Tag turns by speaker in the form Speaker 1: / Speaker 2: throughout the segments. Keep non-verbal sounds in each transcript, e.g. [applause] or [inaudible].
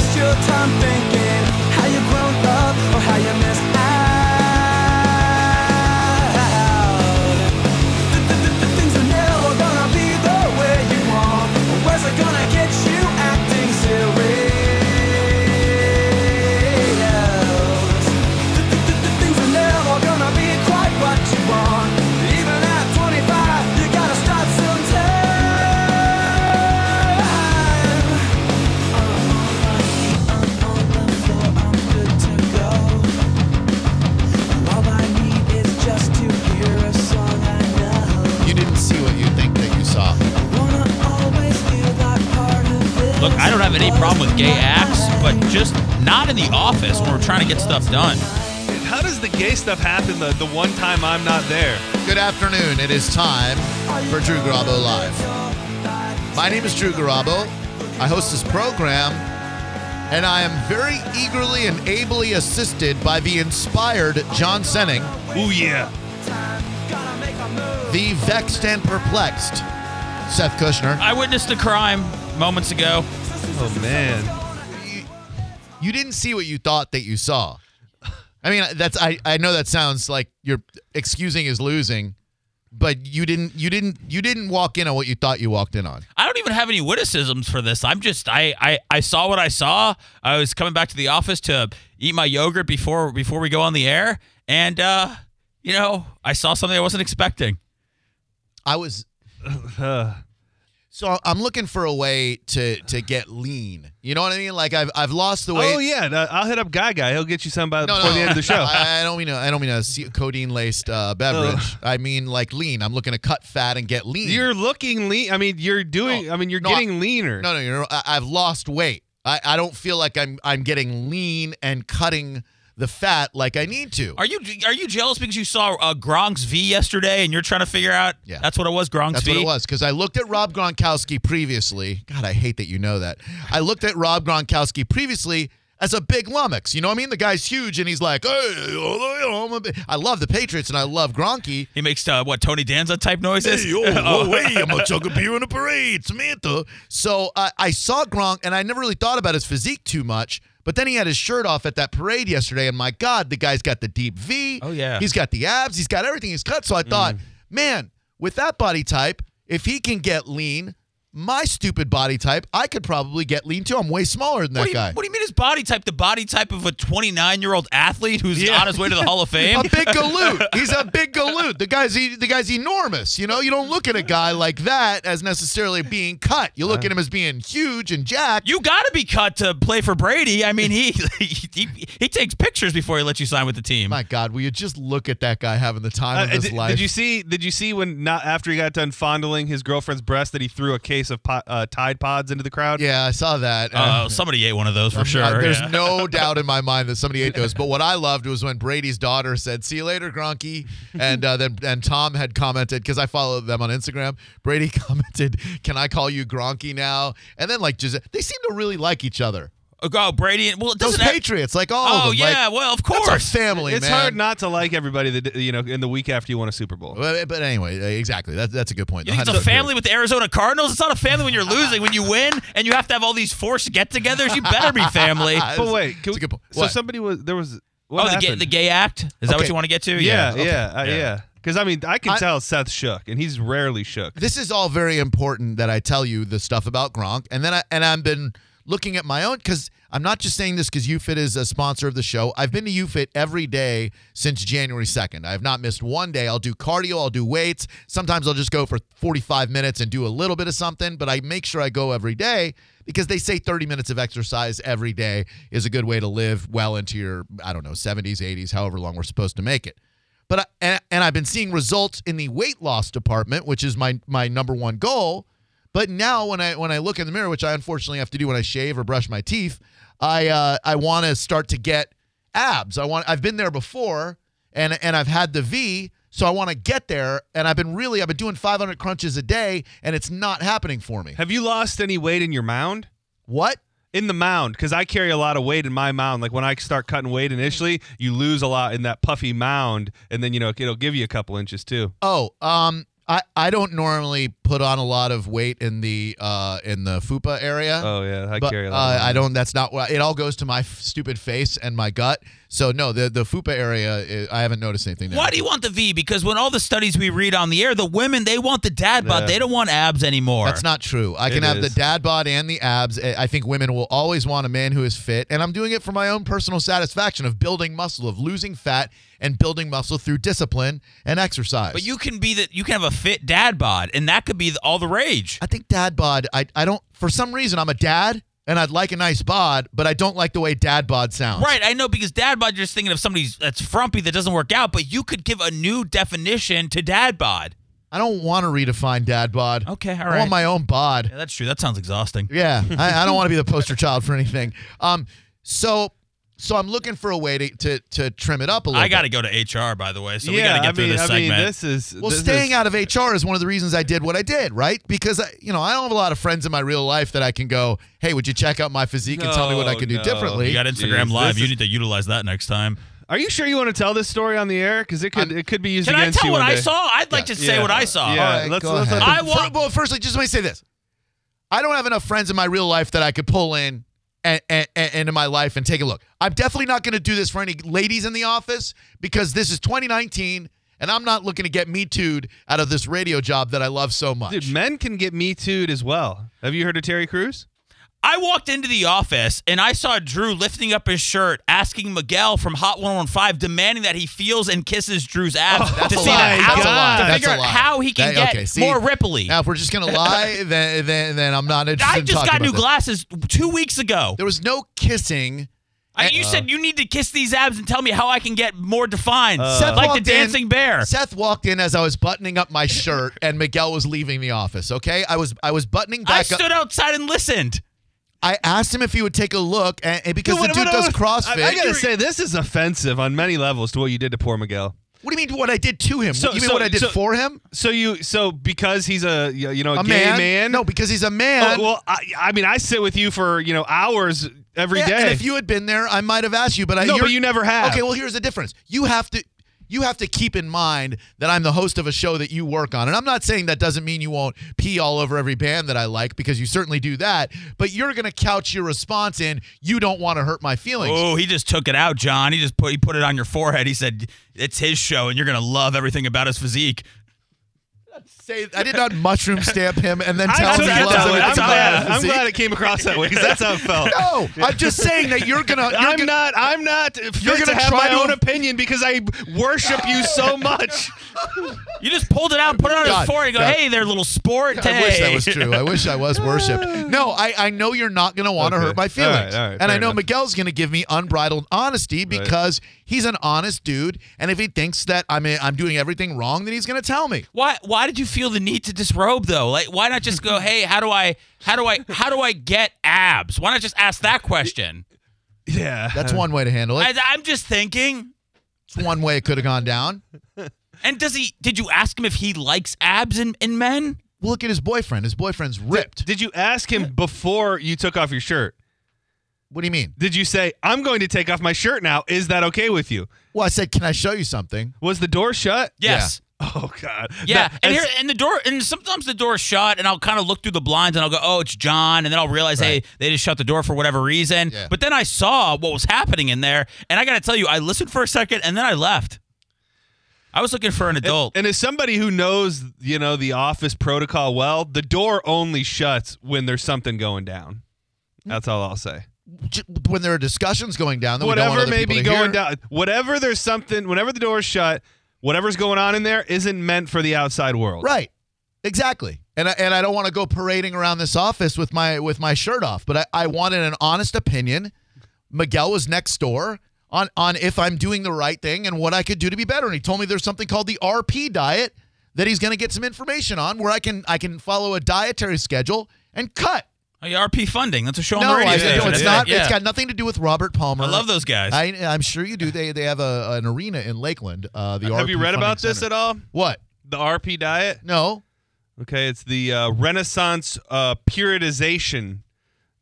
Speaker 1: I'm thinking how you grown up or how you missed out. Th- th- th- th- Things are never gonna be the way you want. Or where's it gonna get you acting serious? Th- th- th- th- Things are never gonna be quite what you want. Even at 25, you gotta start sometime.
Speaker 2: You didn't see what you think that you saw.
Speaker 3: Look, I don't have any problem with gay acts, but just not in the office when we're trying to get stuff done.
Speaker 4: How does the gay stuff happen the, the one time I'm not there?
Speaker 2: Good afternoon. It is time for Drew Garabo Live. My name is Drew Garabo. I host this program, and I am very eagerly and ably assisted by the inspired John Senning,
Speaker 4: Ooh, yeah.
Speaker 2: the vexed and perplexed Seth Kushner.
Speaker 3: I witnessed a crime moments ago.
Speaker 4: Oh, man.
Speaker 2: You didn't see what you thought that you saw. I mean, that's I, I know that sounds like you're excusing is losing, but you didn't you didn't you didn't walk in on what you thought you walked in on.
Speaker 3: I don't even have any witticisms for this. I'm just I, I I saw what I saw. I was coming back to the office to eat my yogurt before before we go on the air, and uh, you know I saw something I wasn't expecting.
Speaker 2: I
Speaker 4: [sighs]
Speaker 2: was
Speaker 4: Uh,
Speaker 2: So I'm looking for a way to to get lean. You know what I mean? Like I've I've lost the weight.
Speaker 4: oh, yeah. no, I'll hit up Guy Guy. He'll get you some by,
Speaker 2: No,
Speaker 4: before
Speaker 2: no,
Speaker 4: the end of the show.
Speaker 2: [laughs] I, I don't mean a, I don't mean a ce- codeine laced uh, beverage. I mean like lean. I'm looking to cut fat and get lean.
Speaker 4: [laughs] You're looking lean. I mean, you're doing.
Speaker 2: No,
Speaker 4: I mean, you're
Speaker 2: no,
Speaker 4: getting leaner.
Speaker 2: no no. You're, I, I've lost weight. I, I don't feel like I'm I'm getting lean and cutting the fat like I need to.
Speaker 3: Are you are you jealous because you saw uh, Gronk's V yesterday and you're trying to figure out?
Speaker 2: Yeah.
Speaker 3: that's what it was. Gronk's
Speaker 2: That's
Speaker 3: V.
Speaker 2: what it was because I looked at Rob Gronkowski previously. God, I hate that you know that. I looked at Rob Gronkowski previously as a big lummox. You know what I mean? The guy's huge and he's like, hey, you know, I'm a big-" I love the Patriots and I love Gronky.
Speaker 3: He makes uh, what Tony Danza type noises. [laughs] Oh.
Speaker 2: Hey, yo, whoa, hey, I'm a chunk of beer in a parade, Samantha. So I I saw Gronk, and I never really thought about his physique too much. But then he had his shirt off at that parade yesterday, and my God, the guy's got the deep V.
Speaker 3: Oh, yeah. Mm.
Speaker 2: he's got the abs, he's got everything. He's cut. So I thought, man, with that body type, if he can get lean, my stupid body type, I could probably get lean too. I'm way smaller than that
Speaker 3: What do, you,
Speaker 2: guy.
Speaker 3: what do you mean his body type? The body type of a 29 year old athlete who's
Speaker 4: Yeah.
Speaker 3: on his way to the
Speaker 2: [laughs]
Speaker 3: Hall of Fame?
Speaker 2: a big
Speaker 4: [laughs]
Speaker 2: galoot. He's a big galoot. The guy's he, the guy's enormous. You know, you don't look at a guy like that as necessarily being cut. You
Speaker 4: Uh.
Speaker 2: look at him as being huge and jacked.
Speaker 3: you got to be cut to play for Brady. I mean, he, [laughs] he he takes pictures before he lets you sign with the team.
Speaker 2: My God, will you just look at that guy having the time
Speaker 4: Uh,
Speaker 2: of his
Speaker 4: did,
Speaker 2: life?
Speaker 4: did you see? Did you see when not after he got done fondling his girlfriend's breast that he threw a case of po- uh, Tide Pods into the crowd?
Speaker 2: yeah, I saw that.
Speaker 3: Uh, somebody ate one of those for sure.
Speaker 2: Uh, there's
Speaker 3: yeah.
Speaker 2: no
Speaker 4: [laughs]
Speaker 2: doubt in my mind that somebody ate those. But what I loved was when Brady's daughter said, "See you later, Gronky," and uh, then and Tom had commented because I follow them on Instagram. Brady [laughs] commented, "Can I call you Gronky now?" And then like just they seem to really like each other.
Speaker 3: oh, Brady. Well, it
Speaker 2: Those
Speaker 3: doesn't. have-
Speaker 2: Patriots, like all
Speaker 3: oh
Speaker 2: of them.
Speaker 3: yeah.
Speaker 2: like,
Speaker 3: well, of
Speaker 2: that's
Speaker 3: course.
Speaker 2: a family.
Speaker 4: it's
Speaker 2: man.
Speaker 4: hard not to like everybody that you know in the week after you won a Super Bowl.
Speaker 2: But, but anyway, uh, exactly. That, that's a good point.
Speaker 3: you think it's a
Speaker 2: 100%.
Speaker 3: family with the Arizona Cardinals? It's not a
Speaker 2: [laughs]
Speaker 3: family when you're losing. When you win and you have to have all these forced get-togethers, you better be
Speaker 2: [laughs]
Speaker 3: family.
Speaker 2: Ah,
Speaker 4: But
Speaker 2: it's-
Speaker 4: wait, can
Speaker 2: it's a
Speaker 4: we-
Speaker 2: good point.
Speaker 4: so
Speaker 2: What?
Speaker 4: somebody was there was what
Speaker 3: oh, the gay,
Speaker 4: happened?
Speaker 3: the gay act. Is that what
Speaker 2: Okay.
Speaker 3: you want to get to?
Speaker 4: yeah, yeah,
Speaker 3: Okay.
Speaker 4: uh,
Speaker 3: Yeah.
Speaker 4: yeah. Because I mean, I can
Speaker 2: I-
Speaker 4: tell Seth shook, and he's rarely shook.
Speaker 2: this is all very important that I tell you the stuff about Gronk, and then I and I've been looking at my own because I'm not just saying this because UFit is a sponsor of the show. I've been to UFit every day since January 2nd. I have not missed one day. I'll do cardio, I'll do weights. Sometimes I'll just go for 45 minutes and do a little bit of something, but I make sure I go every day because they say 30 minutes of exercise every day is a good way to live well into your I don't know 70s, 80s, however long we're supposed to make it. But I, and, and I've been seeing results in the weight loss department, which is my my number one goal. But now when I when I look in the mirror, which I unfortunately have to do when I shave or brush my teeth, I uh, I want to start to get abs. I want I've been there before, and and I've had the V, so I want to get there. And I've been really I've been doing 500 crunches a day, and it's not happening for me.
Speaker 4: Have you lost any weight in your mound?
Speaker 2: What?
Speaker 4: in the mound because I carry a lot of weight in my mound. Like when I start cutting weight initially, you lose a lot in that puffy mound, and then you know it'll give you a couple inches too.
Speaker 2: Oh, um, I I don't normally put on a lot of weight in the uh, in the fupa area.
Speaker 4: Oh yeah, I
Speaker 2: but,
Speaker 4: carry a
Speaker 2: uh,
Speaker 4: lot. of
Speaker 2: I
Speaker 4: that.
Speaker 2: don't. That's not what. It all goes to my f- stupid face and my gut. So no, the the fupa area. i I haven't noticed anything. There.
Speaker 3: Why do you want the V? Because when all the studies we read on the air, the women they want the dad bod.
Speaker 4: Yeah.
Speaker 3: They don't want abs anymore.
Speaker 2: That's not true. I can
Speaker 4: It
Speaker 2: have
Speaker 4: is.
Speaker 2: the dad bod and the abs. I I think women will always want a man who is fit, and I'm doing it for my own personal satisfaction of building muscle, of losing fat, and building muscle through discipline and exercise.
Speaker 3: But you can be that. You can have a fit dad bod, and that could be the, all the rage.
Speaker 2: I think dad bod. I I don't. For some reason, I'm a dad, and I'd like a nice bod, but I don't like the way dad bod sounds.
Speaker 3: Right, I know because dad bod. You're just thinking of somebody that's frumpy that doesn't work out. But you could give a new definition to dad bod.
Speaker 2: I don't want to redefine dad bod.
Speaker 3: Okay, all
Speaker 2: I
Speaker 3: right.
Speaker 2: want my own bod.
Speaker 3: Yeah, that's true. That sounds exhausting.
Speaker 2: Yeah, I, I don't want to be the poster child for anything. Um, so, so I'm looking for a way to to, to trim it up a little.
Speaker 3: I got to
Speaker 2: bit.
Speaker 3: go to HR by the way, so we
Speaker 4: yeah,
Speaker 3: got to get
Speaker 4: I
Speaker 3: through
Speaker 4: mean,
Speaker 3: this
Speaker 4: I
Speaker 3: segment.
Speaker 4: mean, this is
Speaker 2: Well,
Speaker 4: this
Speaker 2: staying
Speaker 4: is,
Speaker 2: out of HR is one of the reasons I did what I did, right? Because I, you know, I don't have a lot of friends in my real life that I can go, "Hey, would you check out my physique and tell me what I
Speaker 4: No,
Speaker 2: can do
Speaker 4: no.
Speaker 2: differently?"
Speaker 3: you got Instagram
Speaker 4: Jeez,
Speaker 3: Live.
Speaker 4: this
Speaker 3: You
Speaker 4: is-
Speaker 3: need to utilize that next time.
Speaker 4: Are you sure you want to tell this story on the air? Because it could it could be used
Speaker 3: Can I
Speaker 4: against
Speaker 3: tell
Speaker 4: you
Speaker 3: what
Speaker 4: one
Speaker 3: I
Speaker 4: day.
Speaker 3: saw? I'd like to say
Speaker 4: Yeah.
Speaker 3: what I saw.
Speaker 4: Yeah.
Speaker 2: All right,
Speaker 4: let's-
Speaker 2: go
Speaker 4: let's
Speaker 2: ahead.
Speaker 4: let
Speaker 3: them- I want-
Speaker 2: Fir- well, firstly, just let me say this: I don't have enough friends in my real life that I could pull in and, and, and into my life and take a look. I'm definitely not going to do this for any ladies in the office because this is 2019, and I'm not looking to get me too'd out of this radio job that I love so much.
Speaker 4: Dude, men can get me too'd as well. Have you heard of Terry Crews?
Speaker 3: I walked into the office and I saw Drew lifting up his shirt, asking Miguel from Hot 115, demanding that he feels and kisses Drew's abs
Speaker 2: Oh, That's
Speaker 3: to,
Speaker 2: a
Speaker 3: see
Speaker 2: lie.
Speaker 3: how,
Speaker 2: That's a lie.
Speaker 3: to
Speaker 2: That's
Speaker 3: figure
Speaker 2: a
Speaker 3: out
Speaker 2: lie.
Speaker 3: how he
Speaker 2: That-
Speaker 3: can get
Speaker 2: okay, see?
Speaker 3: more Ripley.
Speaker 2: now, if we're just going to [laughs] lie, then, then then I'm not interested.
Speaker 3: I
Speaker 2: in
Speaker 3: just
Speaker 2: talking
Speaker 3: got
Speaker 2: about
Speaker 3: new
Speaker 2: this.
Speaker 3: glasses two weeks ago.
Speaker 2: There was no kissing.
Speaker 3: I, you said you need to kiss these abs and tell me how I can get more defined,
Speaker 2: Uh, Seth
Speaker 3: like the
Speaker 2: walked in-
Speaker 3: dancing bear.
Speaker 2: Seth walked in as I was buttoning up my shirt, and Miguel was leaving the office. Okay, I was I was buttoning
Speaker 3: I
Speaker 2: back up.
Speaker 3: stood outside and listened.
Speaker 2: I asked him if he would take a look, and, and because
Speaker 4: Dude,
Speaker 2: the
Speaker 4: what-
Speaker 2: dude
Speaker 4: what-
Speaker 2: does
Speaker 4: what-
Speaker 2: CrossFit.
Speaker 4: I, I gotta say, this is offensive on many levels to what you did to poor Miguel.
Speaker 2: what do you mean? What I did to him?
Speaker 4: So-
Speaker 2: you mean
Speaker 4: so-
Speaker 2: what I did
Speaker 4: so-
Speaker 2: for him?
Speaker 4: So you, so because he's a you know
Speaker 2: A
Speaker 4: gay
Speaker 2: man?
Speaker 4: man,
Speaker 2: No, because he's a
Speaker 4: Oh,
Speaker 2: man.
Speaker 4: well, I, I mean, I sit with you for you know hours every
Speaker 2: Yeah,
Speaker 4: day.
Speaker 2: And if you had been there, I might have asked you, but I
Speaker 4: no,
Speaker 2: you're-
Speaker 4: but you never have.
Speaker 2: Okay, well here's the difference. You have to. You have to keep in mind that I'm the host of a show that you work on. And I'm not saying that doesn't mean you won't pee all over every band that I like because you certainly do that, but you're going to couch your response in you don't want to hurt my feelings.
Speaker 3: Oh, he just took it out, John. He just put he put it on your forehead. He said, "It's his show, and you're gonna love everything about his physique."
Speaker 2: Say I did not mushroom stamp him and then tell
Speaker 4: [laughs] I
Speaker 2: him
Speaker 4: took
Speaker 2: he
Speaker 3: that's
Speaker 4: it
Speaker 2: loves
Speaker 4: that
Speaker 3: how
Speaker 2: it.
Speaker 4: way. I'm
Speaker 3: that's how
Speaker 4: glad.
Speaker 3: I-
Speaker 4: I'm glad it came across that way because
Speaker 2: [laughs]
Speaker 4: that's how it felt.
Speaker 2: No, I'm just saying that you're gonna. You're
Speaker 4: I'm
Speaker 2: gonna,
Speaker 4: not. I'm not. Fit
Speaker 2: You're
Speaker 4: to
Speaker 2: gonna
Speaker 4: have
Speaker 2: try
Speaker 4: my
Speaker 2: to-
Speaker 4: own opinion because I worship you
Speaker 2: [laughs]
Speaker 4: so much.
Speaker 3: You just pulled it out, and put it on
Speaker 2: God,
Speaker 3: his forehead, and go,
Speaker 2: God.
Speaker 3: "Hey, there, little sport."
Speaker 2: I wish that
Speaker 3: Hey." [laughs]
Speaker 2: was true. I wish I was worshipped.
Speaker 4: [laughs]
Speaker 2: No, I, I know you're not going to want to
Speaker 4: Okay.
Speaker 2: hurt my feelings.
Speaker 4: All right, all right,
Speaker 2: and I
Speaker 4: fair
Speaker 2: know
Speaker 4: enough.
Speaker 2: Miguel's going to give me unbridled honesty because he's an honest dude. And if he thinks that I'm, a, I'm doing everything wrong, then he's going to tell me.
Speaker 3: Why? Why did you feel the need to disrobe though? Like, why not
Speaker 2: [laughs]
Speaker 3: just go, "Hey, how do I? How do I? How do I get abs?" Why not just ask
Speaker 2: [laughs]
Speaker 3: that question?
Speaker 4: Yeah,
Speaker 2: That's one way to handle
Speaker 3: I,
Speaker 2: it.
Speaker 3: I'm just thinking.
Speaker 2: That's one way it could have gone down.
Speaker 3: And does he? Did you ask him if he likes abs in, in men?
Speaker 2: Look at his boyfriend. His boyfriend's ripped.
Speaker 4: Did you ask him before you took off your shirt?
Speaker 2: What do you mean?
Speaker 4: Did you say, "I'm going to take off my shirt now"? Is that okay with you?
Speaker 2: Well, I said, can I show you something?
Speaker 4: Was the door shut?
Speaker 3: Yes.
Speaker 4: Oh God.
Speaker 2: [laughs]
Speaker 3: Yeah,
Speaker 4: That-
Speaker 3: and
Speaker 4: as-
Speaker 3: here and the door and sometimes the door is shut and I'll kind of look through the blinds and I'll go, "Oh, it's John." And then I'll realize, "Hey,
Speaker 2: Right.
Speaker 3: they just shut the door for whatever reason."
Speaker 2: Yeah.
Speaker 3: But then I saw what was happening in there, and I got to tell you, I listened for a second and then I left. I was looking for an adult.
Speaker 4: And as somebody who knows, you know, the office protocol well, the door only shuts when there's something going down. That's all I'll say.
Speaker 2: J- When there are discussions going down, that we don't want
Speaker 4: Whatever
Speaker 2: other
Speaker 4: may
Speaker 2: people
Speaker 4: be
Speaker 2: to hear.
Speaker 4: going down, whatever there's something, whenever the door's shut, whatever's going on in there isn't meant for the outside world.
Speaker 2: Right. Exactly. And I, and I don't want to go parading around this office with my with my shirt off, but I, I wanted an honest opinion. Miguel was next door on on if I'm doing the right thing and what I could do to be better. And he told me there's something called the RP diet that he's going to get some information on where I can I can follow a dietary schedule and cut.
Speaker 3: Oh, yeah, RP funding. That's a
Speaker 4: Oh,
Speaker 3: show
Speaker 2: No,
Speaker 3: on the radio
Speaker 2: I,
Speaker 3: station.
Speaker 2: no, it's
Speaker 3: That's
Speaker 2: not.
Speaker 3: it. Yeah.
Speaker 2: It's got nothing to do with Robert Palmer.
Speaker 3: I love those guys.
Speaker 2: I, I'm sure you do. They they have a, an arena in Lakeland. Uh, the
Speaker 4: Have you read about this at all?
Speaker 2: What?
Speaker 4: The RP diet?
Speaker 2: No.
Speaker 4: Okay, it's the uh, Renaissance uh, puritization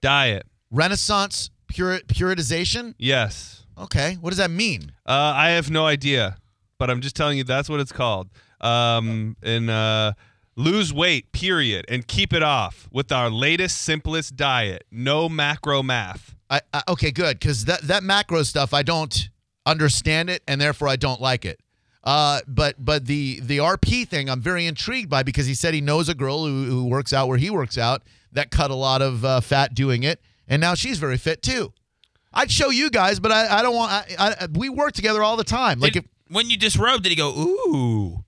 Speaker 4: diet.
Speaker 2: Renaissance puri- puritization.
Speaker 4: Yes.
Speaker 2: Okay, what does that mean?
Speaker 4: Uh, I have no idea, but I'm just telling you that's what it's called. Um, in uh, Lose weight, period, and keep it off with our latest, simplest diet. No macro math.
Speaker 2: I, I okay, good, because that that macro stuff I don't understand it, and therefore I don't like it. Uh, but but the the RP thing I'm very intrigued by because he said he knows a girl who, who works out where he works out that cut a lot of uh, fat doing it, and now she's very fit too. I'd show you guys, but I, I don't want. I, I, we work together all the time. Like
Speaker 3: Did-
Speaker 2: if,
Speaker 3: when you disrobed, did he go ooh?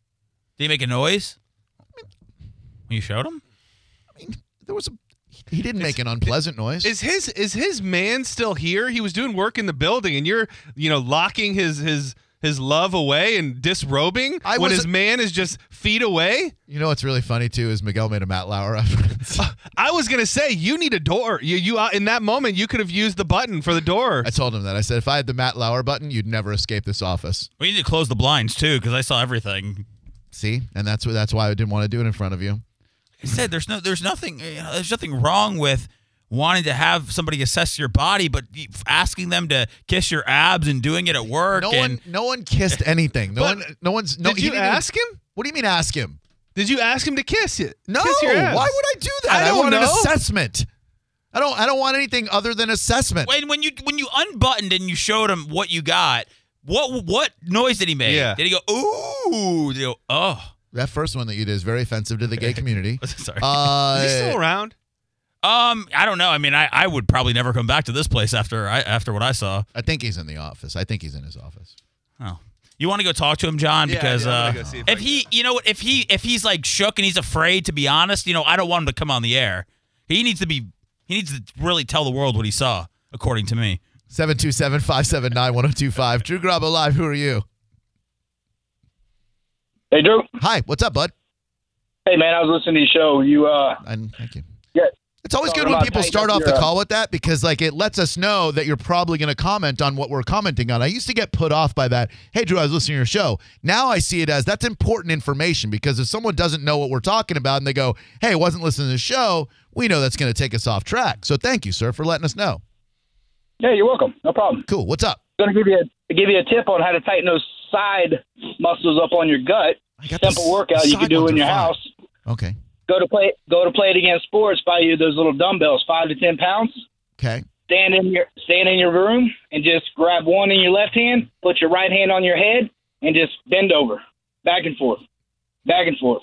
Speaker 3: Did he make a noise? When you showed him?
Speaker 2: I mean, there was a he didn't make an unpleasant noise.
Speaker 4: Is his is his man still here? He was doing work in the building, and you're you know locking his his his love away and disrobing
Speaker 2: I
Speaker 4: when
Speaker 2: was-
Speaker 4: his man is just feet away.
Speaker 2: You know what's really funny too is Miguel made a Matt Lauer reference.
Speaker 4: I was gonna say you need a door. You you uh, in that moment you could have used the button for the door.
Speaker 2: I told him that. I said if I had the Matt Lauer button, you'd never escape this office.
Speaker 3: We need to close the blinds too, because I saw everything.
Speaker 2: See, and that's wh- that's why I didn't want to do it in front of you.
Speaker 3: I said there's no there's nothing you know, there's nothing wrong with wanting to have somebody assess your body, but asking them to kiss your abs and doing it at work
Speaker 2: No
Speaker 3: and
Speaker 2: one, no one kissed anything. No
Speaker 4: But-
Speaker 2: one, no one's. No,
Speaker 4: Did
Speaker 2: he
Speaker 4: you
Speaker 2: didn't even-
Speaker 4: ask him?
Speaker 2: what do you mean ask him?
Speaker 4: Did you ask him to kiss you?
Speaker 2: No.
Speaker 4: Kiss your ass?
Speaker 2: why would I do that?
Speaker 4: I don't
Speaker 2: want an
Speaker 4: know.
Speaker 2: assessment. I don't. I don't want anything other than assessment.
Speaker 3: when when you when you unbuttoned and you showed him what you got, what what noise did he make?
Speaker 4: Yeah.
Speaker 3: Did he go ooh? Did he go oh? [laughs]
Speaker 2: That first one that you did is very offensive to the
Speaker 4: [laughs]
Speaker 2: gay community.
Speaker 3: Sorry.
Speaker 2: Uh,
Speaker 4: Is he still around?
Speaker 3: um, I don't know. I mean, I, I would probably never come back to this place after I after what I saw.
Speaker 2: I think he's in the office. I think he's in his office.
Speaker 3: Oh. You want to go talk to him, John?
Speaker 4: Yeah, I
Speaker 3: Because
Speaker 4: do. I'm
Speaker 3: uh,
Speaker 4: gonna go see if I
Speaker 3: if he, you know what, if he, if he's like shook and he's afraid to be honest, you know, I don't want him to come on the air. He needs to be, he needs to really tell the world what he saw, according to me.
Speaker 2: 727-579-1025. Drew Grabo live. Who are you?
Speaker 5: Hey Drew.
Speaker 2: Hi. What's up, bud?
Speaker 5: Hey man, I was listening to your show. You uh
Speaker 2: And thank you.
Speaker 5: yeah.
Speaker 2: It's always
Speaker 5: Talking
Speaker 2: good when
Speaker 5: about
Speaker 2: people
Speaker 5: tank
Speaker 2: start
Speaker 5: up
Speaker 2: off the
Speaker 5: your, uh,
Speaker 2: call with that because like it lets us know that you're probably going to comment on what we're commenting on. I used to get put off by that. Hey Drew, I was listening to your show. Now I see it as that's important information because if someone doesn't know what we're talking about and they go, "Hey, wasn't listening to the show," we know that's going to take us off track. So thank you, sir, for letting us know.
Speaker 5: Yeah, you're welcome. No problem.
Speaker 2: Cool. What's up?
Speaker 5: I'm gonna give you a give you a tip on how to tighten those side muscles up on your gut.
Speaker 2: I got the
Speaker 5: Simple
Speaker 2: s-
Speaker 5: workout
Speaker 2: the
Speaker 5: you can
Speaker 2: side
Speaker 5: do
Speaker 2: ones
Speaker 5: in
Speaker 2: are
Speaker 5: your
Speaker 2: fine.
Speaker 5: house.
Speaker 2: Okay.
Speaker 5: Go to play go to play it against sports, buy you those little dumbbells, five to ten pounds.
Speaker 2: Okay.
Speaker 5: Stand in your stand in your room and just grab one in your left hand, put your right hand on your head, and just bend over. Back and forth. Back and forth.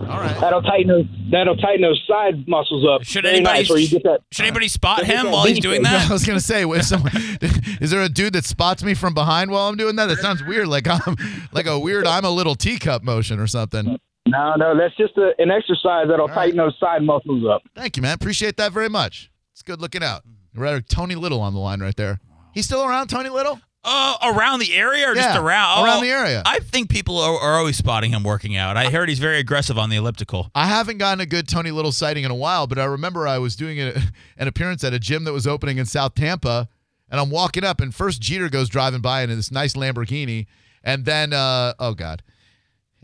Speaker 2: All right.
Speaker 5: That'll tighten those that'll tighten those side muscles up.
Speaker 3: Should
Speaker 5: Very
Speaker 3: anybody
Speaker 5: nice where you get that
Speaker 2: Uh,
Speaker 3: should anybody spot
Speaker 5: Look at
Speaker 3: him
Speaker 5: that
Speaker 3: while he's
Speaker 5: beast
Speaker 3: doing
Speaker 2: [laughs]
Speaker 5: right
Speaker 2: I
Speaker 3: that?
Speaker 2: was gonna say, if someone, [laughs] is there a dude that spots me from behind while I'm doing that? It sounds weird, like I'm like a weird I'm a little teacup motion or something.
Speaker 5: No, no, that's just a, an exercise that'll tighten those side muscles up.
Speaker 2: Thank you, man. Appreciate that very much. It's good looking out. Rather Tony Little on the line right there. He's still around, Tony Little?
Speaker 3: Uh, around the area or just
Speaker 2: Yeah,
Speaker 3: around
Speaker 2: around
Speaker 3: Oh,
Speaker 2: the area.
Speaker 3: I think people are, are always spotting him working out. I heard he's very aggressive on the elliptical.
Speaker 2: I haven't gotten a good Tony Little sighting in a while, but I remember I was doing a, [laughs] an appearance at a gym that was opening in South Tampa, and I'm walking up, and first Jeter goes driving by in this nice Lamborghini, and then uh, oh god,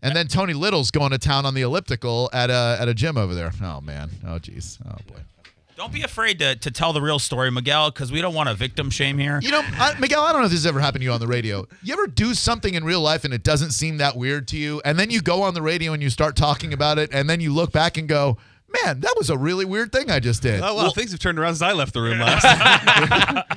Speaker 2: and then Tony Little's going to town on the elliptical at a at a gym over there. Oh man, oh jeez, oh boy.
Speaker 3: Don't be afraid to, to tell the real story, Miguel, because we don't want to victim shame here.
Speaker 2: You know, I, Miguel, I don't know if this has ever happened to you on the radio. You ever do something in real life and it doesn't seem that weird to you, and then you go on the radio and you start talking about it, and then you look back and go, "Man, that was a really weird thing I just did."
Speaker 4: Oh well, things have turned around since I left the room [laughs] last.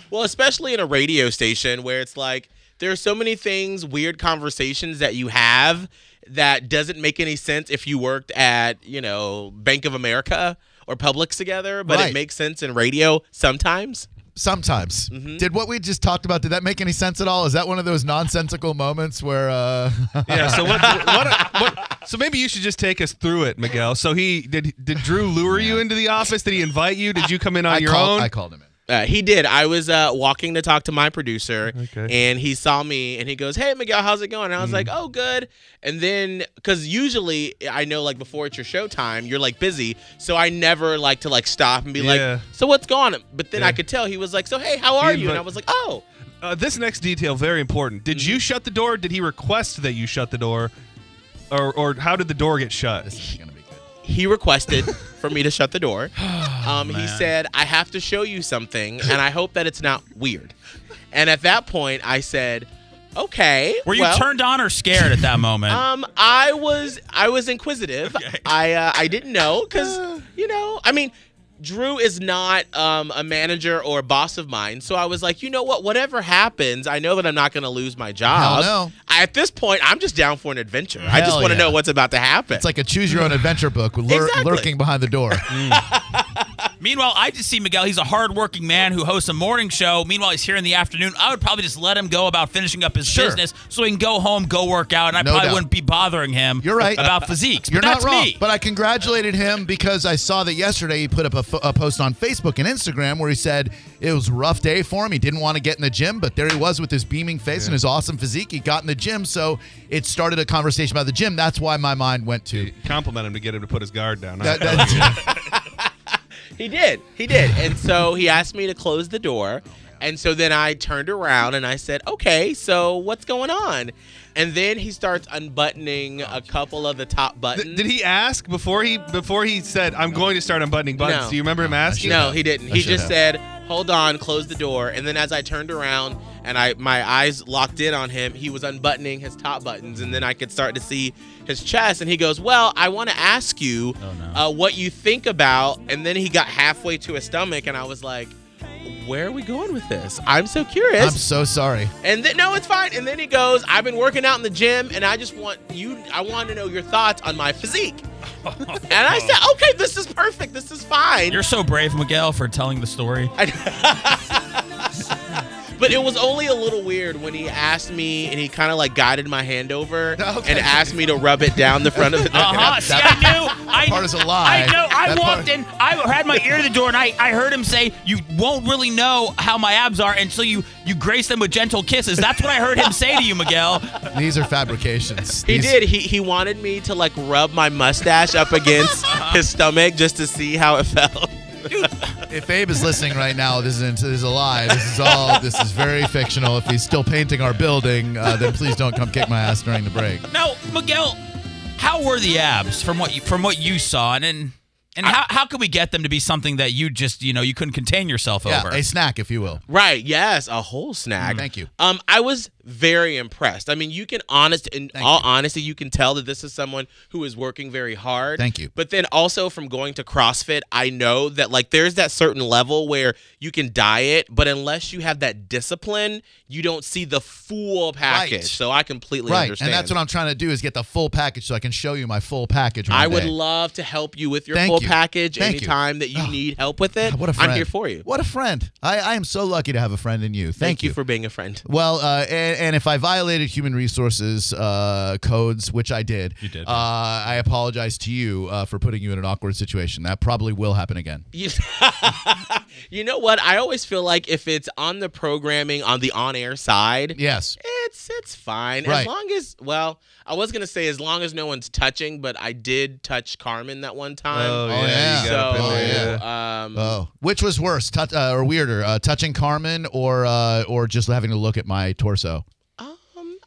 Speaker 6: Well, especially in a radio station where it's like there are so many things, weird conversations that you have that doesn't make any sense if you worked at, you know, Bank of America or Publix together, but
Speaker 2: Right.
Speaker 6: it makes sense in radio sometimes.
Speaker 2: Sometimes. Did what we just talked about? Did that make any sense at all? Is that one of those nonsensical moments where? Uh,
Speaker 4: yeah. So what, what, what? So maybe you should just take us through it, Miguel. So he did. Did Drew lure you into the office? Did he invite you? Did you come in on
Speaker 2: I
Speaker 4: your
Speaker 2: called,
Speaker 4: own?
Speaker 2: I called him in.
Speaker 6: Uh, he did. I was uh, walking to talk to my producer,
Speaker 4: Okay. Mm.
Speaker 6: and he saw me, and he goes, "Hey, Miguel, how's it going?" And I was like, "Oh, good." And then, because usually I know, like before it's your show time, you're like busy, so I never like to like stop and be
Speaker 4: Yeah.
Speaker 6: like, "So what's going on?" But then
Speaker 4: Yeah.
Speaker 6: I could tell he was like, "So hey, how are
Speaker 4: He
Speaker 6: you?" And
Speaker 4: invi-
Speaker 6: I was like, "Oh,
Speaker 4: Uh, this next detail very important. Did you shut the door? Did he request that you shut the door, or or how did the door get shut?
Speaker 2: This is gonna be good.
Speaker 4: [laughs]
Speaker 6: he requested for me to shut
Speaker 4: [sighs]
Speaker 6: the door.
Speaker 4: Oh,
Speaker 6: Um, he said, I have to show you something, and I hope that it's not weird. And at that point, I said, Okay.
Speaker 3: Were you
Speaker 6: well,
Speaker 3: turned on or scared at
Speaker 2: [laughs]
Speaker 3: that moment?
Speaker 6: Um, I was I was inquisitive. I uh, I didn't know because you know I mean, Drew is not um, a manager or boss of mine, so I was like, you know what? Whatever happens, I know that I'm not going to lose my job.
Speaker 2: Hell no.
Speaker 6: I, at this point, I'm just down for an adventure. I just
Speaker 2: Hell
Speaker 6: want to
Speaker 2: yeah.
Speaker 6: know what's about to happen.
Speaker 2: It's like a choose your own adventure book lur-
Speaker 6: Exactly.
Speaker 2: lurking behind the door.
Speaker 3: Meanwhile, I just see Miguel. He's a hardworking man who hosts a morning show. Meanwhile, he's here in the afternoon. I would probably just let him go about finishing up his
Speaker 2: Sure.
Speaker 3: business so he can go home, go work out, and I
Speaker 2: No
Speaker 3: probably
Speaker 2: doubt.
Speaker 3: wouldn't be bothering him
Speaker 2: You're right.
Speaker 3: about physiques.
Speaker 2: You're
Speaker 3: but
Speaker 2: not
Speaker 3: that's
Speaker 2: wrong.
Speaker 3: me.
Speaker 2: But I congratulated him because I saw that yesterday he put up a, fo- a post on Facebook and Instagram where he said it was a rough day for him. He didn't want to get in the gym, but there he was with his beaming face and his awesome physique. He got in the gym, so it started a conversation about the gym. That's why my mind went to.
Speaker 4: Compliment him to get him to put his guard down.
Speaker 2: That, that's,
Speaker 6: He did. He did. And so he asked me to close the door. And so then I turned around and I said, okay, so what's going on? And then he starts unbuttoning a couple of the top buttons.
Speaker 4: Th- Did he ask before he before he said I'm going to start unbuttoning buttons?
Speaker 6: No.
Speaker 4: Do you remember him asking?
Speaker 6: No, he
Speaker 2: I
Speaker 6: didn't. He
Speaker 2: should
Speaker 6: just
Speaker 2: have.
Speaker 6: said, hold on, close the door. And then as I turned around and I my eyes locked in on him, he was unbuttoning his top buttons. And then I could start to see his chest. And he goes, well, I want to ask you uh, what you think about. And then he got halfway to his stomach. And I was like, where are we going with this? I'm so curious.
Speaker 2: I'm so sorry.
Speaker 6: And then no, it's fine. And then he goes, I've been working out in the gym, and I just want you. I want to know your thoughts on my physique. and I said, okay, this is perfect. This is fine.
Speaker 3: You're so brave, Miguel, for telling the story.
Speaker 6: but it was only a little weird when he asked me, and he kind of like guided my hand over
Speaker 2: Okay.
Speaker 6: and asked me to rub it down the front of it.
Speaker 3: Uh-huh. See, I
Speaker 2: [laughs]
Speaker 3: knew. I,
Speaker 2: part is a lie.
Speaker 3: I know. I
Speaker 2: That
Speaker 3: walked
Speaker 2: part-
Speaker 3: in. I had my ear to the door, and I, I heard him say, "You won't really know how my abs are until you you grace them with gentle kisses." That's what I heard him say to you, Miguel.
Speaker 2: These are fabrications.
Speaker 6: He
Speaker 2: These-
Speaker 6: did. He he wanted me to like rub my mustache up against his stomach just to see how it felt.
Speaker 2: If Abe is listening right now, this is, this is a lie. This is all. This is very fictional. If he's still painting our building, uh, then please don't come kick my ass during the break.
Speaker 3: Now, Miguel, how were the abs from what you from what you saw, and and, and how how could we get them to be something that you just you know you couldn't contain yourself
Speaker 2: Yeah,
Speaker 3: over?
Speaker 2: a snack, if you will.
Speaker 6: Right. Yes, a whole snack.
Speaker 2: Mm. Thank you.
Speaker 6: Um, I was very impressed. I mean, you can honest in
Speaker 2: Thank
Speaker 6: all
Speaker 2: you.
Speaker 6: honesty, you can tell that this is someone who is working very hard.
Speaker 2: Thank you.
Speaker 6: But then also from going to CrossFit, I know that like there's that certain level where you can diet, but unless you have that discipline, you don't see the full package.
Speaker 2: Right.
Speaker 6: So I completely
Speaker 2: right
Speaker 6: understand.
Speaker 2: and that's what i'm trying to do is get the full package so i can show you my full package one
Speaker 6: I would
Speaker 2: day.
Speaker 6: love to help you with your
Speaker 2: Thank
Speaker 6: full
Speaker 2: you.
Speaker 6: package
Speaker 2: Thank you.
Speaker 6: anytime that you
Speaker 2: Oh,
Speaker 6: need help with it.
Speaker 2: God, what a friend
Speaker 6: I'm here for you.
Speaker 2: what a friend i, I am so lucky to have a friend in you thank,
Speaker 6: Thank you for being a friend.
Speaker 2: well, uh, and, and if I violated human resources uh, codes, which I did, you
Speaker 4: did.
Speaker 2: Uh, I apologize to you uh, for putting you in an awkward situation. That probably will happen again.
Speaker 6: You, [laughs] you know what? I always feel like if it's on the programming on the on-air side,
Speaker 2: Yes,
Speaker 6: it's it's fine as
Speaker 2: Right.
Speaker 6: long as well. I was gonna say as long as no one's touching, but I did touch Carmen that one time.
Speaker 4: Oh,
Speaker 2: Oh,
Speaker 4: yeah.
Speaker 2: yeah.
Speaker 4: you
Speaker 6: so
Speaker 4: got up in
Speaker 2: Oh,
Speaker 4: there, yeah.
Speaker 6: um,
Speaker 2: Oh, which was worse, tou uh, or weirder, uh, touching Carmen, or uh, or just having to look at my torso?
Speaker 6: um,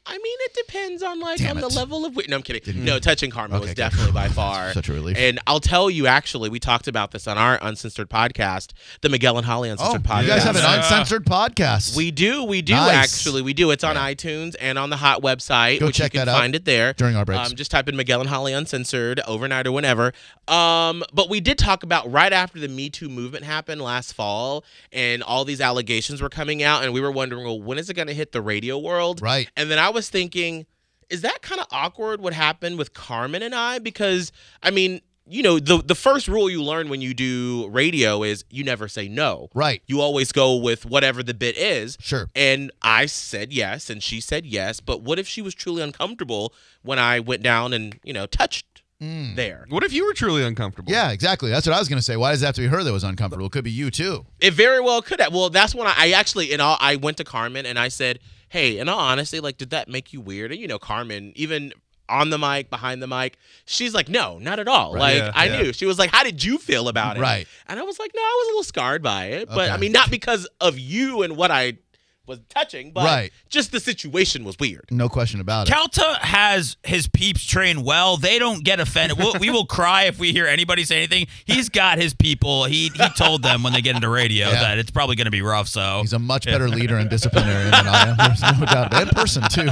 Speaker 6: I mean, it depends on like
Speaker 2: Damn
Speaker 6: on the
Speaker 2: it.
Speaker 6: level of weird. No, I'm kidding. No, touching Carmen
Speaker 2: Okay,
Speaker 6: was
Speaker 2: good. [laughs]
Speaker 6: definitely by far
Speaker 2: Such a relief.
Speaker 6: And I'll tell you, actually, we talked about this on our uncensored podcast, the Miguel and Holly uncensored podcast.
Speaker 2: Oh, you guys have an
Speaker 4: Yeah.
Speaker 2: uncensored podcast.
Speaker 6: We do, we do
Speaker 2: Nice.
Speaker 6: actually. We do. It's on iTunes and on the Hot website,
Speaker 2: Go
Speaker 6: which
Speaker 2: check
Speaker 6: you can
Speaker 2: that out
Speaker 6: find it there.
Speaker 2: during our breaks.
Speaker 6: Um, just type in Miguel and Holly uncensored overnight or whenever. Um, but we did talk about right after the Me Too movement happened last fall, and all these allegations were coming out, and we were wondering, well, when is it going to hit the radio world?
Speaker 2: right.
Speaker 6: And then I was thinking, is that kind of awkward what happened with Carmen and I? Because I mean, you know, the the first rule you learn when you do radio is you never say no.
Speaker 2: Right.
Speaker 6: You always go with whatever the bit is.
Speaker 2: Sure.
Speaker 6: And I said yes, and she said yes. But what if she was truly uncomfortable when I went down and you know touched
Speaker 2: Hmm.
Speaker 6: there?
Speaker 4: What if you were truly uncomfortable?
Speaker 2: Yeah, exactly. That's what I was going to say. Why does it have to be her that was uncomfortable? It could be you too.
Speaker 6: It very well could have. Well, that's when I, I actually, in all, I went to Carmen and I said, "Hey, in all honesty, like, did that make you weird?" And you know, Carmen, even on the mic, behind the mic, she's like, "No, not at all." Like,
Speaker 4: Yeah,
Speaker 6: I
Speaker 4: yeah.
Speaker 6: knew. She was like, "How did you feel about it?"
Speaker 2: Right.
Speaker 6: And I was like, "No, I was a little scarred by it, but I
Speaker 2: Okay.
Speaker 6: mean, not because of you and what I was touching, but
Speaker 2: Right.
Speaker 6: just the situation was weird.
Speaker 2: No question about it.
Speaker 3: Calta has his peeps trained well. They don't get offended. We'll, we will cry if we hear anybody say anything. He's got his people. He he told them when they get into radio
Speaker 2: Yeah.
Speaker 3: that it's probably going to be rough. So
Speaker 2: He's a much better leader and disciplinarian than I am. There's no doubt. And person too.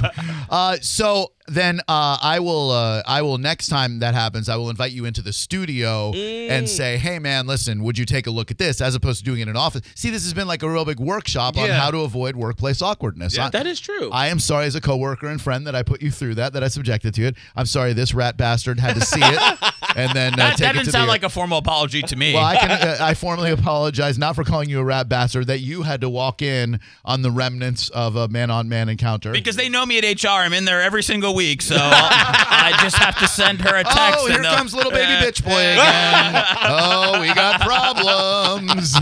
Speaker 2: Uh, so then uh, I will. Uh, I will next time that happens. I will invite you into the studio
Speaker 3: Mm.
Speaker 2: and say, "Hey, man, listen. Would you take a look at this?" As opposed to doing it in an office. See, this has been like a real big workshop on
Speaker 4: Yeah.
Speaker 2: how to avoid workplace awkwardness. I-
Speaker 6: That is true.
Speaker 2: I am sorry as a coworker and friend that I put you through that, that I subjected to it. I'm sorry this rat bastard had to see
Speaker 3: [laughs]
Speaker 2: it and then uh,
Speaker 3: that,
Speaker 2: take it
Speaker 3: that
Speaker 2: to
Speaker 3: didn't
Speaker 2: the
Speaker 3: sound like a formal apology to me.
Speaker 2: well, I can. Uh, I formally apologize not for calling you a rat bastard. That you had to walk in on the remnants of a man-on-man encounter.
Speaker 3: because they know me at HR. I'm in there every single
Speaker 2: [laughs]
Speaker 3: week, so I'll- I just have to send her a text.
Speaker 2: oh,
Speaker 3: and
Speaker 2: here
Speaker 3: they'll-
Speaker 2: comes little baby
Speaker 3: Yeah.
Speaker 2: bitch boy
Speaker 6: [laughs]
Speaker 2: again. oh, we got problems.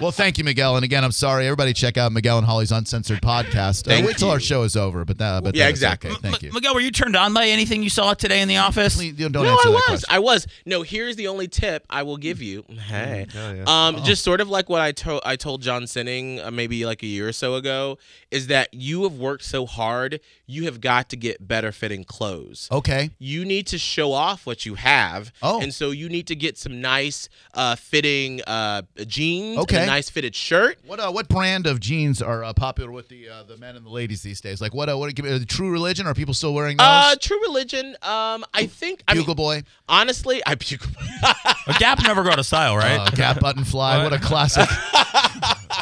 Speaker 2: well, thank you, Miguel. And again, I'm sorry. Everybody, check out Miguel and Holly's uncensored podcast. Uh,
Speaker 6: Thank
Speaker 2: wait till
Speaker 6: you.
Speaker 2: our show is over. But that. But
Speaker 6: Yeah,
Speaker 2: that is
Speaker 6: exactly.
Speaker 2: Okay. Thank you.
Speaker 3: M- Miguel, were you turned on by anything you saw today in the office?
Speaker 2: Please, don't answer
Speaker 6: no, I
Speaker 2: that
Speaker 6: was.
Speaker 2: question. Mm,
Speaker 6: I was. No, here's the only tip I will give you. Hey,
Speaker 4: oh, yeah.
Speaker 6: um,
Speaker 2: Uh-huh.
Speaker 6: just sort of like what I told I told John Sinning uh, maybe like a year or so ago is that you have worked so hard, you have got to get better fitting clothes.
Speaker 2: Okay.
Speaker 6: You need to show off what you have,
Speaker 2: Oh.
Speaker 6: and so you need to get some nice uh, fitting uh, jeans,
Speaker 2: Okay.
Speaker 6: and a nice fitted shirt.
Speaker 2: What uh, what brand of jeans are uh, popular with the uh, the men and the ladies these days? Like what uh, what are the True Religion? Are people still wearing those?
Speaker 6: Uh, True Religion. Um, I think. I mean,
Speaker 2: Bugle Boy,
Speaker 6: honestly, I [laughs] bugle.
Speaker 3: A Gap never go out of style, right?
Speaker 6: Oh,
Speaker 2: uh, Gap Button Fly. what a
Speaker 6: [laughs]
Speaker 2: classic.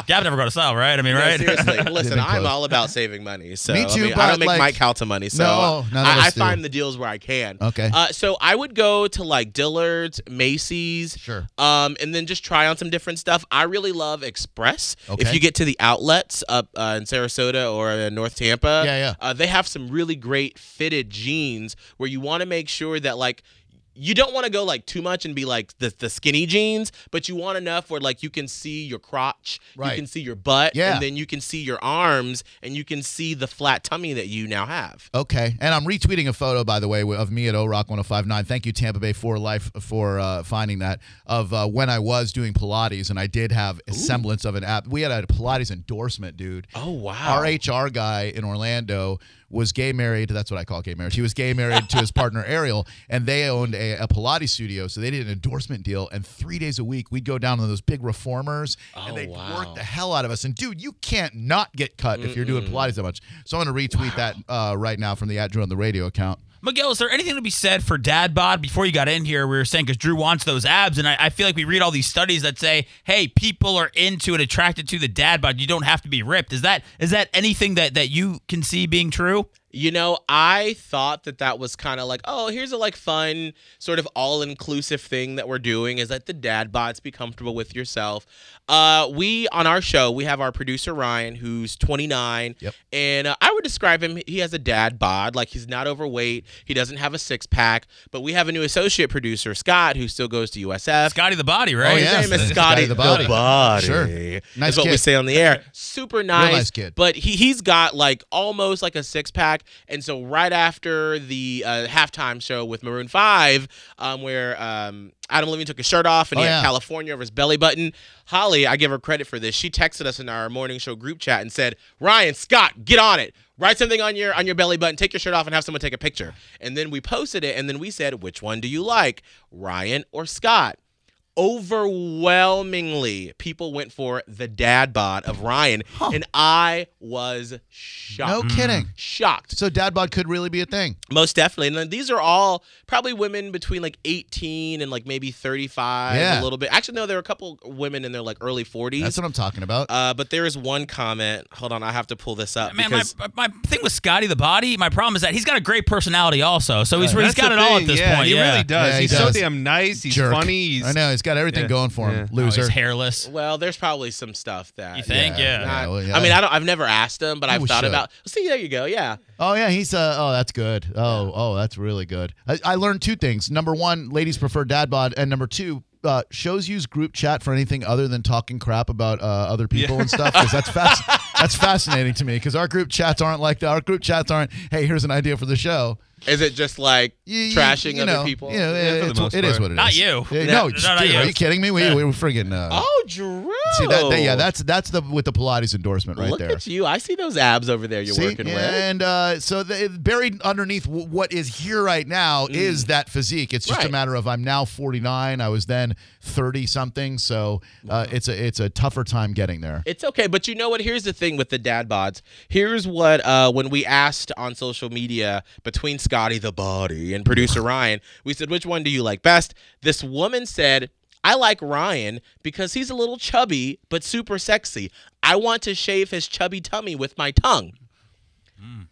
Speaker 3: Gap never go out of style, right? I mean,
Speaker 6: No,
Speaker 2: [laughs]
Speaker 3: right?
Speaker 6: seriously, listen,
Speaker 2: Living
Speaker 6: I'm
Speaker 2: close.
Speaker 6: all about saving money. So
Speaker 2: Me
Speaker 6: I
Speaker 2: too,
Speaker 6: mean, I,
Speaker 2: but,
Speaker 6: don't make
Speaker 2: like-
Speaker 6: Mike Calta money, so
Speaker 2: No, none of
Speaker 6: I, I
Speaker 2: us do.
Speaker 6: find the deals where I can.
Speaker 2: Okay.
Speaker 6: Uh, so I would go to like Dillard's, Macy's,
Speaker 2: Sure.
Speaker 6: um, and then just try on some different stuff. I really love Express.
Speaker 2: Okay.
Speaker 6: If you get to the outlets up uh, in Sarasota or in North Tampa,
Speaker 2: Yeah, yeah.
Speaker 6: Uh, they have some really great fitted jeans where you want to make sure that like. You don't want to go like too much and be like the, the skinny jeans, but you want enough where like you can see your crotch,
Speaker 2: Right.
Speaker 6: you can see your butt,
Speaker 2: Yeah.
Speaker 6: and then you can see your arms and you can see the flat tummy that you now have.
Speaker 2: Okay, and I'm retweeting a photo, by the way, of me at ORock 1059. Thank you, Tampa Bay for Life, for uh, finding that of uh, when I was doing Pilates, and I did have a semblance of an app. We had a Pilates endorsement, dude.
Speaker 6: Oh wow.
Speaker 2: our HR guy in Orlando was gay married. That's what I call gay marriage. He was gay married to his partner Ariel, and they owned a, a Pilates studio, so they did an endorsement deal. And three days a week, we'd go down to those big reformers, and
Speaker 6: Oh,
Speaker 2: they'd
Speaker 6: wow.
Speaker 2: work the hell out of us. And dude, you can't not get cut if you're doing Pilates that much. So I'm gonna retweet that uh, right now from the at Drew on the radio account.
Speaker 3: [laughs] Miguel, is there anything to be said for dad bod? Before you got in here, we were saying because Drew wants those abs, and I, I feel like we read all these studies that say, hey, people are into and attracted to the dad bod. You don't have to be ripped. Is that is that anything that that you can see being true?
Speaker 6: You know, I thought that that was kind of like, oh, here's a like fun sort of all-inclusive thing that we're doing is that the dad bots be comfortable with yourself. Uh, we on our show we have our producer Ryan who's 29,
Speaker 2: Yep.
Speaker 6: and uh, I would describe him. He has a dad bod, like he's not overweight, he doesn't have a six pack. But we have a new associate producer Scott who still goes to USF.
Speaker 3: Scotty the body, right?
Speaker 2: Oh,
Speaker 6: His
Speaker 2: yeah. yes,
Speaker 6: name is
Speaker 2: the
Speaker 6: Scotty
Speaker 2: guy, the body.
Speaker 6: the Body.
Speaker 2: Sure. Nice
Speaker 6: That's what we
Speaker 2: kid.
Speaker 6: say on the air. Super nice.
Speaker 2: nice kid.
Speaker 6: But he, he's got like almost like a six pack. And so right after the uh, halftime show with Maroon 5, um, where um, Adam Levine took his shirt off and
Speaker 2: Oh,
Speaker 6: he had
Speaker 2: yeah.
Speaker 6: California over his belly button, Holly, I give her credit for this. She texted us in our morning show group chat and said, Ryan, Scott, get on it. Write something on your on your belly button, take your shirt off and have someone take a picture. And then we posted it and then we said, which one do you like? Ryan or Scott? overwhelmingly people went for the dad bod of Ryan, and I was
Speaker 2: No
Speaker 6: shocked. Hmm.
Speaker 2: kidding.
Speaker 6: Shocked,
Speaker 2: So dad bod could really be a thing.
Speaker 6: most definitely. And then these are all probably women between like 18 and like maybe 35,
Speaker 2: Yeah.
Speaker 6: a little bit. Actually, no, there are a couple women in their like early 40s.
Speaker 2: That's what I'm talking about.
Speaker 6: uh, but there is one comment. Hold on, I have to pull this up
Speaker 3: Man, my,
Speaker 6: because
Speaker 3: my thing with Scotty the body, my problem is that he's got a great personality also. So he's, he's
Speaker 4: That's
Speaker 3: got
Speaker 4: the
Speaker 3: it all at
Speaker 4: thing,
Speaker 3: this
Speaker 4: yeah,
Speaker 3: point.
Speaker 4: He
Speaker 3: yeah.
Speaker 4: really does.
Speaker 2: Yeah, he
Speaker 4: he's
Speaker 2: does.
Speaker 4: so damn nice. He's
Speaker 2: Jerk.
Speaker 4: funny. He's,
Speaker 2: I know he's got everything
Speaker 4: Yeah.
Speaker 2: going for him.
Speaker 4: Yeah. Oh,
Speaker 3: Oh,
Speaker 2: Loser.
Speaker 3: he's hairless.
Speaker 6: well, there's probably some stuff that
Speaker 3: You think? Yeah.
Speaker 2: Yeah, well, yeah.
Speaker 6: I mean, I don't. I've never asked him, but I've
Speaker 2: we
Speaker 6: thought
Speaker 2: should.
Speaker 6: about. See, there you go. Yeah.
Speaker 2: Oh yeah, he's uh oh that's good. Oh oh that's really good. I, I learned two things. Number one, ladies prefer dad bod, and number two, uh, shows use group chat for anything other than talking crap about uh, other people and stuff because that's fast. that's fascinating to me because our group chats aren't like that. Our group chats aren't. Hey, here's an idea for the show.
Speaker 6: Is it just like
Speaker 2: You- you-
Speaker 6: trashing
Speaker 2: you
Speaker 6: other
Speaker 2: know,
Speaker 6: people?
Speaker 2: You know,
Speaker 4: Yeah, for the
Speaker 2: it's-
Speaker 4: most
Speaker 2: it is
Speaker 4: part.
Speaker 2: what it is.
Speaker 3: Not you.
Speaker 2: Yeah, no,
Speaker 3: No, no, not
Speaker 2: dude,
Speaker 3: you.
Speaker 2: are you kidding me? We we were friggin' uh,
Speaker 6: Oh, Drew.
Speaker 2: See that, that- Yeah,
Speaker 6: Oh.
Speaker 2: that's that's the with the Pilates endorsement right
Speaker 6: Look
Speaker 2: there.
Speaker 6: at you. I see those abs over there you're
Speaker 2: See?
Speaker 6: working
Speaker 2: Yeah,
Speaker 6: with.
Speaker 2: And uh, so the, buried underneath w- what is here right now is that physique. It's just a
Speaker 6: Mm. Right.
Speaker 2: matter of I'm now 49. I was then 30 something. So uh, it's a it's a tougher time getting there.
Speaker 6: It's okay, but you know what? Here's the thing with the dad bods. Here's what uh, when we asked on social media between Scotty the Body and producer Ryan, we said which one do you like best? This woman said, "I like Ryan because he's a little chubby but super sexy. I want to shave his chubby tummy with my tongue."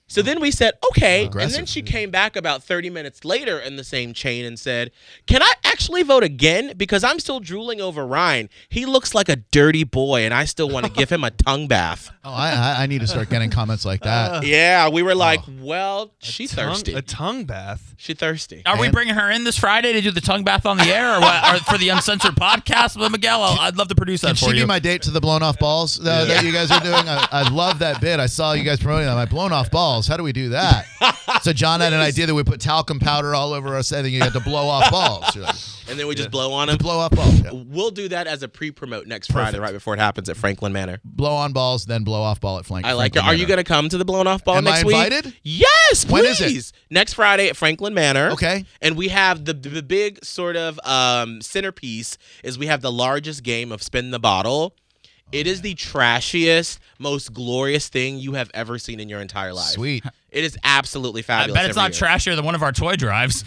Speaker 6: So then we said, okay. And then
Speaker 2: Aggressive.
Speaker 6: she came back about 30 minutes later in the same chain and said, Can I actually vote again? Because I'm still drooling over Ryan. He looks like a dirty boy, and I still want to give him a tongue bath.
Speaker 2: Oh, I, I, I need to start
Speaker 6: [laughs]
Speaker 2: getting comments like
Speaker 6: Uh,
Speaker 2: that.
Speaker 6: Yeah, we were like, Well, she
Speaker 4: Tongue-
Speaker 6: thirsty.
Speaker 4: a tongue
Speaker 3: [laughs]
Speaker 4: bath.
Speaker 6: she thirsty.
Speaker 3: Are we
Speaker 2: And-
Speaker 3: bringing her in this Friday to do the tongue bath on the air, or, what, or for the uncensored podcast with Miguel? I'll, I'd love to produce that
Speaker 2: Can
Speaker 3: for
Speaker 2: she
Speaker 3: you.
Speaker 2: be my date to the blown off balls uh, that you guys are doing? I, I love that bit. I saw you guys promoting that. My blown off balls. How do we do
Speaker 6: [laughs]
Speaker 2: that? So John had an idea that we put talcum powder all over us, and then you had to blow off balls. You're like,
Speaker 6: And then we just blow on
Speaker 2: to
Speaker 6: him.
Speaker 2: blow off balls. Yeah.
Speaker 6: We'll do that as a pre promote next Friday, right before it happens at Franklin Manor.
Speaker 2: Blow on balls, then blow off ball at flank.
Speaker 6: I like it.
Speaker 2: Franklin
Speaker 6: Are you
Speaker 2: Manor.
Speaker 6: going to come to the blown off ball
Speaker 2: Am I
Speaker 6: next week?
Speaker 2: invited?
Speaker 6: Yes, please.
Speaker 2: When is it?
Speaker 6: Next Friday at Franklin Manor.
Speaker 2: Okay.
Speaker 6: And we have the the big sort of um, centerpiece is we have the largest game of spin the bottle.
Speaker 2: Oh,
Speaker 6: It is the trashiest, most glorious thing you have ever seen in your entire life. [laughs]
Speaker 2: Sweet.
Speaker 6: It is absolutely
Speaker 3: I
Speaker 6: fabulous.
Speaker 3: bet it's not
Speaker 6: every year.
Speaker 3: trashier than one of our
Speaker 2: [laughs]
Speaker 3: toy drives.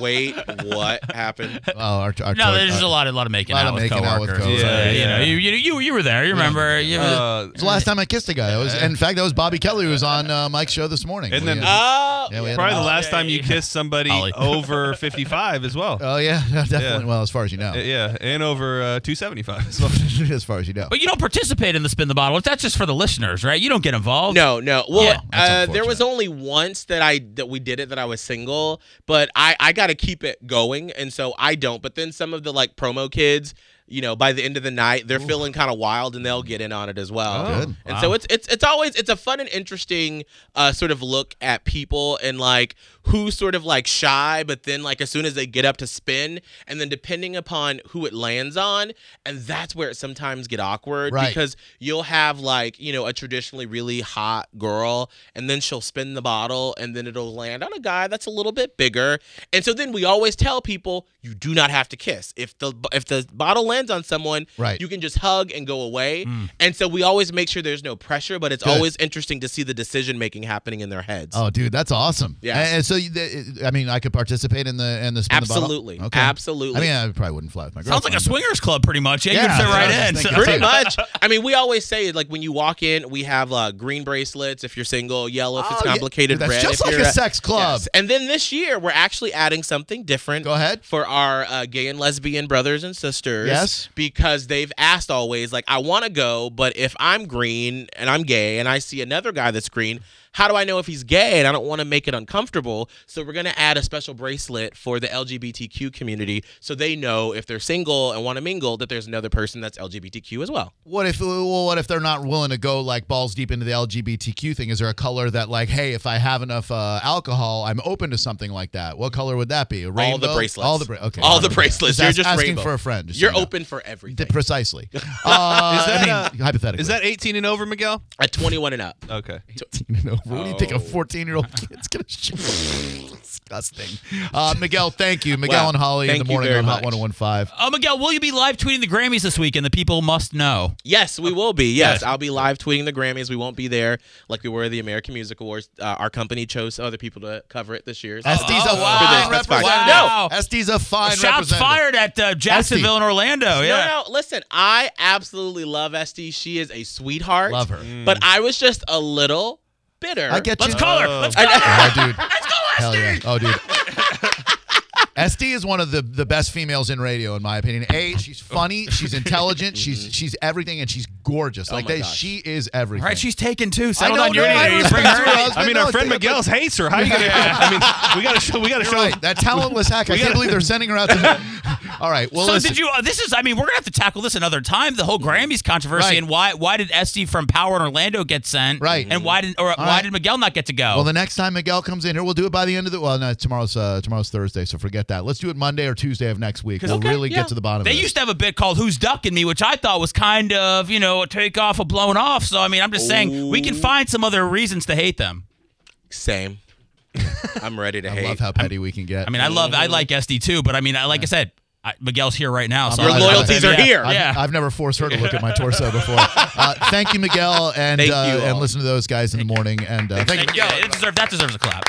Speaker 6: Wait, what
Speaker 3: [laughs]
Speaker 6: happened?
Speaker 2: Oh, our, our
Speaker 3: No,
Speaker 2: toy-
Speaker 3: there's just
Speaker 2: our-
Speaker 3: a lot, a lot of making
Speaker 2: lot
Speaker 3: out
Speaker 2: of
Speaker 3: with
Speaker 2: making out with
Speaker 3: coworkers.
Speaker 2: coworkers.
Speaker 3: Uh,
Speaker 4: Yeah,
Speaker 3: You know,
Speaker 4: yeah.
Speaker 3: you, you you were there. You remember? You were-
Speaker 4: Uh,
Speaker 2: It's the last time I kissed a guy. That was, in fact, that was Bobby Kelly who was on uh, Mike's show this morning.
Speaker 4: And
Speaker 2: We,
Speaker 4: then-
Speaker 2: uh,
Speaker 6: Oh,
Speaker 2: yeah, we had
Speaker 4: probably
Speaker 2: him
Speaker 4: the
Speaker 2: on.
Speaker 4: last time you kissed somebody
Speaker 3: Ollie.
Speaker 4: [laughs] over 55 as well.
Speaker 2: [laughs] Oh yeah, no, definitely.
Speaker 4: Yeah.
Speaker 2: Well, as far as you know,
Speaker 4: Uh, yeah, and over uh, 275 as well.
Speaker 2: [laughs] as far as you know.
Speaker 3: but you don't participate in the spin the bottle. That's just for the listeners, right? You don't get involved.
Speaker 6: No, no. Well,
Speaker 3: Yeah.
Speaker 6: uh,
Speaker 2: That's
Speaker 6: there was only once that I that we did it that I was single, but I I got to keep it going, and so I don't. But then some of the like promo kids, you know, by the end of the night, they're feeling kind of wild, and they'll get in on it as well.
Speaker 2: Oh, good.
Speaker 6: And so it's it's it's always it's a fun and interesting uh, sort of look at people and like who's sort of like shy, but then like as soon as they get up to spin, and then depending upon who it lands on, and that's where it sometimes get awkward
Speaker 2: Right.
Speaker 6: because you'll have like you know a traditionally really hot girl and then she'll spin the bottle and then it'll land on a guy that's a little bit bigger and so then we always tell people you do not have to kiss if the if the bottle lands on someone
Speaker 2: Right. Hmm.
Speaker 6: you can just hug and go away and so we always make sure there's no pressure but it's
Speaker 2: Good.
Speaker 6: always interesting to see the decision making happening in their heads
Speaker 2: Oh, dude, that's awesome.
Speaker 6: Yeah.
Speaker 2: And, and so, you, the- I mean, I could participate in the in the spin the bottle?
Speaker 6: Absolutely.
Speaker 2: Okay.
Speaker 6: Absolutely.
Speaker 2: I mean, I probably wouldn't fly with my girl.
Speaker 3: Sounds like a [laughs] swingers club, pretty much. Yeah, you
Speaker 2: Yeah,
Speaker 3: would fit
Speaker 2: that's what I was
Speaker 3: right in.
Speaker 2: thinking.
Speaker 3: So-
Speaker 6: Pretty much. I mean, we always say like when you walk in, we have uh, green bracelets if you're single, yellow if
Speaker 2: Oh,
Speaker 6: it's
Speaker 2: yeah.
Speaker 6: complicated,
Speaker 2: That's
Speaker 6: red
Speaker 2: just
Speaker 6: if
Speaker 2: like
Speaker 6: you're
Speaker 2: a sex club.
Speaker 6: Yes. And then this year, we're actually adding something different.
Speaker 2: Go ahead.
Speaker 6: For our uh, gay and lesbian brothers and sisters.
Speaker 2: Yes.
Speaker 6: Because they've asked always, like, I want to go, but if I'm green and I'm gay and I see another guy that's green, how do I know if he's gay? And I don't want to make it uncomfortable. So we're going to add a special bracelet for the LGBTQ community so they know if they're single and want to mingle that there's another person that's LGBTQ as well.
Speaker 2: What if well, what if they're not willing to go like balls deep into the LGBTQ thing? Is there a color that like, hey, if I have enough uh, alcohol, I'm open to something like that? What color would that be? A rainbow?
Speaker 6: All the bracelets.
Speaker 2: All the bra- okay.
Speaker 6: All the bracelets.
Speaker 2: Just
Speaker 6: You're
Speaker 2: ask-
Speaker 6: just
Speaker 2: asking
Speaker 6: rainbow.
Speaker 2: for a friend. just so
Speaker 6: You're
Speaker 2: you know.
Speaker 6: open for
Speaker 2: D-
Speaker 6: everything. [laughs]
Speaker 2: precisely. Uh, I
Speaker 4: that
Speaker 2: mean,
Speaker 4: a-
Speaker 2: hypothetically.
Speaker 4: Is that 18 and over, Miguel?
Speaker 6: At 21 and up.
Speaker 4: Okay.
Speaker 2: 18 and over. What do [laughs] you think a
Speaker 6: Oh.
Speaker 2: 14
Speaker 6: [laughs]
Speaker 2: year old kid's going to shoot? Disgusting. Uh, Miguel, thank you. Miguel
Speaker 6: Wow.
Speaker 2: and Holly in
Speaker 6: Thank
Speaker 2: the
Speaker 6: you
Speaker 2: morning
Speaker 6: very
Speaker 2: on Hot
Speaker 6: much.
Speaker 2: 1015.
Speaker 3: Oh, Miguel, will you be live tweeting the Grammys this week? And the people must know.
Speaker 6: Yes, we will be. Yes, I'll be live tweeting the Grammys. We won't be there like we were the American Music Awards. Uh, our company chose other people to cover it this year. So-
Speaker 2: SD's a
Speaker 3: oh, wow.
Speaker 2: fine
Speaker 6: That's fine.
Speaker 2: representative. SD's a fine
Speaker 3: Shots
Speaker 2: representative.
Speaker 3: fired at uh, Jacksonville and Orlando.
Speaker 2: oh,
Speaker 3: Yeah.
Speaker 6: No, no, listen, I absolutely love Esty. She is a sweetheart.
Speaker 2: Love her.
Speaker 6: But I was just a little bitter.
Speaker 2: I get
Speaker 3: Let's
Speaker 2: you.
Speaker 3: call her. Let's call her.
Speaker 6: And-
Speaker 2: Oh, dude.
Speaker 3: [laughs] Let's go,
Speaker 2: Hell
Speaker 3: Esty.
Speaker 2: yeah. Oh, dude. [laughs] Esty is one of the, the best females in radio, in my opinion. A, she's funny, she's
Speaker 3: [laughs]
Speaker 2: intelligent,
Speaker 3: Mm-hmm.
Speaker 2: she's she's everything, and she's gorgeous. Like
Speaker 6: my
Speaker 2: they,
Speaker 6: gosh.
Speaker 2: she is everything.
Speaker 3: All Oh right, she's taken too.
Speaker 2: I
Speaker 3: Settle
Speaker 2: don't
Speaker 3: down. You're
Speaker 2: know,
Speaker 3: an
Speaker 2: I
Speaker 3: idiot. You
Speaker 2: respect
Speaker 3: bring her
Speaker 2: her
Speaker 3: in.
Speaker 2: husband.
Speaker 4: I mean,
Speaker 2: No,
Speaker 4: our friend
Speaker 2: it's-
Speaker 4: Miguel's hates
Speaker 2: [laughs]
Speaker 4: her. How you gonna? I mean, we gotta show. We gotta show.
Speaker 3: [laughs]
Speaker 2: Right, that talentless hack. I can't believe they're sending her out to [laughs] All right. Well,
Speaker 3: so
Speaker 2: listen,
Speaker 3: did you? Uh, this is. I mean, we're gonna have to tackle this another time. The whole Grammys controversy
Speaker 2: Right.
Speaker 3: and why why did Esty from Power in Orlando get sent?
Speaker 2: Right.
Speaker 3: And why didn't or why
Speaker 2: right.
Speaker 3: did Miguel not get to go?
Speaker 2: Well, the next time Miguel comes in here, we'll do it by the end of the. Well, no, tomorrow's uh, tomorrow's Thursday, so forget that. Let's do it Monday or Tuesday of next week. We'll
Speaker 3: Okay,
Speaker 2: really
Speaker 3: yeah.
Speaker 2: get to the bottom.
Speaker 3: They
Speaker 2: of it.
Speaker 3: used to have a bit called "Who's Ducking Me," which I thought was kind of you know a takeoff, a blown off. So I mean, I'm just saying we
Speaker 2: Oh.
Speaker 3: can find some other reasons to hate them.
Speaker 2: [laughs]
Speaker 6: Same. I'm ready to
Speaker 2: I
Speaker 6: hate.
Speaker 2: love how petty we can get.
Speaker 3: I mean, I love
Speaker 2: Mm.
Speaker 3: I like SD too, but I mean, I, like I said, I, Miguel's here right now. So
Speaker 2: Your
Speaker 3: I- I-
Speaker 6: loyalties
Speaker 3: yeah,
Speaker 6: are here.
Speaker 3: Yeah.
Speaker 2: I've, I've never forced her to look at my torso before. Uh, thank you, Miguel, and
Speaker 6: Thank
Speaker 2: uh,
Speaker 6: you
Speaker 2: and
Speaker 6: all.
Speaker 2: listen to those guys in the morning. And uh, thank you.
Speaker 3: Thank you. It deserves, that deserves a clap.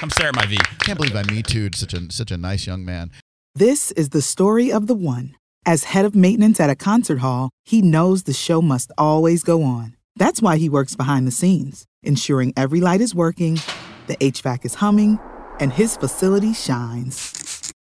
Speaker 3: I'm staring at my V.
Speaker 2: I can't believe I me too'd such a such a nice young man.
Speaker 1: This is the story of the one. As head of maintenance at a concert hall, he knows the show must always go on. That's why he works behind the scenes, ensuring every light is working, the HVAC is humming, and his facility shines.